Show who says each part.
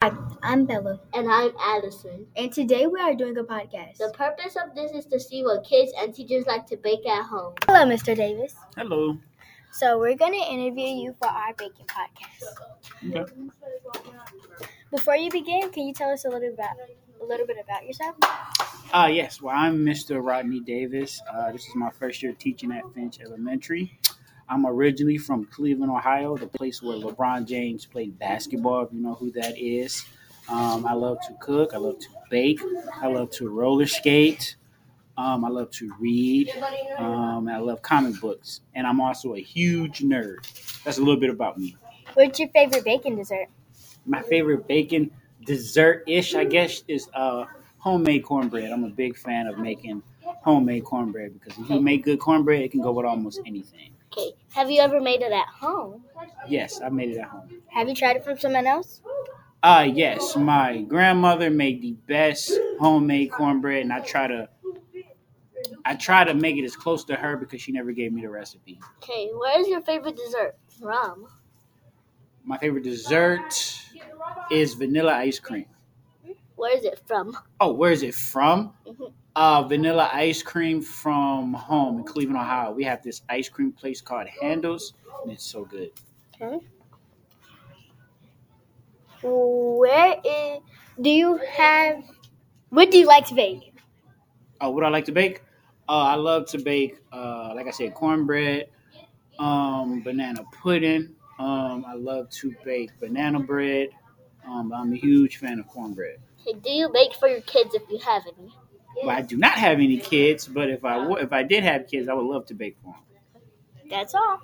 Speaker 1: Hi, I'm Bella,
Speaker 2: And I'm Allison.
Speaker 1: and today we are doing a podcast.
Speaker 2: The purpose of this is to see what kids and teachers like to bake at home.
Speaker 1: Hello, Mr. Davis.
Speaker 3: Hello.
Speaker 1: So, we're going to interview you for our baking podcast.
Speaker 3: Okay.
Speaker 1: Before you begin, can you tell us a little about a little bit about yourself?
Speaker 3: Uh, yes, well, I'm Mr. Rodney Davis. Uh, this is my first year teaching at Finch Elementary. I'm originally from Cleveland, Ohio, the place where LeBron James played basketball, if you know who that is. Um, I love to cook, I love to bake, I love to roller skate, um, I love to read, um, and I love comic books, and I'm also a huge nerd. That's a little bit about me.
Speaker 1: What's your favorite baking dessert?
Speaker 3: my favorite bacon dessert ish, I guess, is uh homemade cornbread. I'm a big fan of making homemade cornbread because if you make good cornbread, it can go with almost anything.
Speaker 2: Okay, have you ever made it at home?
Speaker 3: Yes, I made it at home.
Speaker 1: Have you tried it from someone else?
Speaker 3: Uh yes, my grandmother made the best homemade cornbread, and I try to I try to make it as close to her because she never gave me the recipe.
Speaker 2: Okay, where is your favorite dessert from?
Speaker 3: My favorite dessert is vanilla ice cream.
Speaker 2: Where is it from?
Speaker 3: Oh, where is it from?
Speaker 2: Mhm.
Speaker 3: Uh, vanilla ice cream from home in Cleveland, Ohio. We have this ice cream place called Handles, and it's so good.
Speaker 1: Where is do you have what do you like to bake?
Speaker 3: Oh, what I like to bake? Uh, I love to bake, uh, like I said, cornbread, um, banana pudding. Um, I love to bake banana bread. Um, I'm a huge fan of cornbread.
Speaker 2: Okay, do you bake for your kids if you have any?
Speaker 3: Well, I do not have any kids, but if I w- if I did have kids, I would love to bake for them.
Speaker 1: That's all.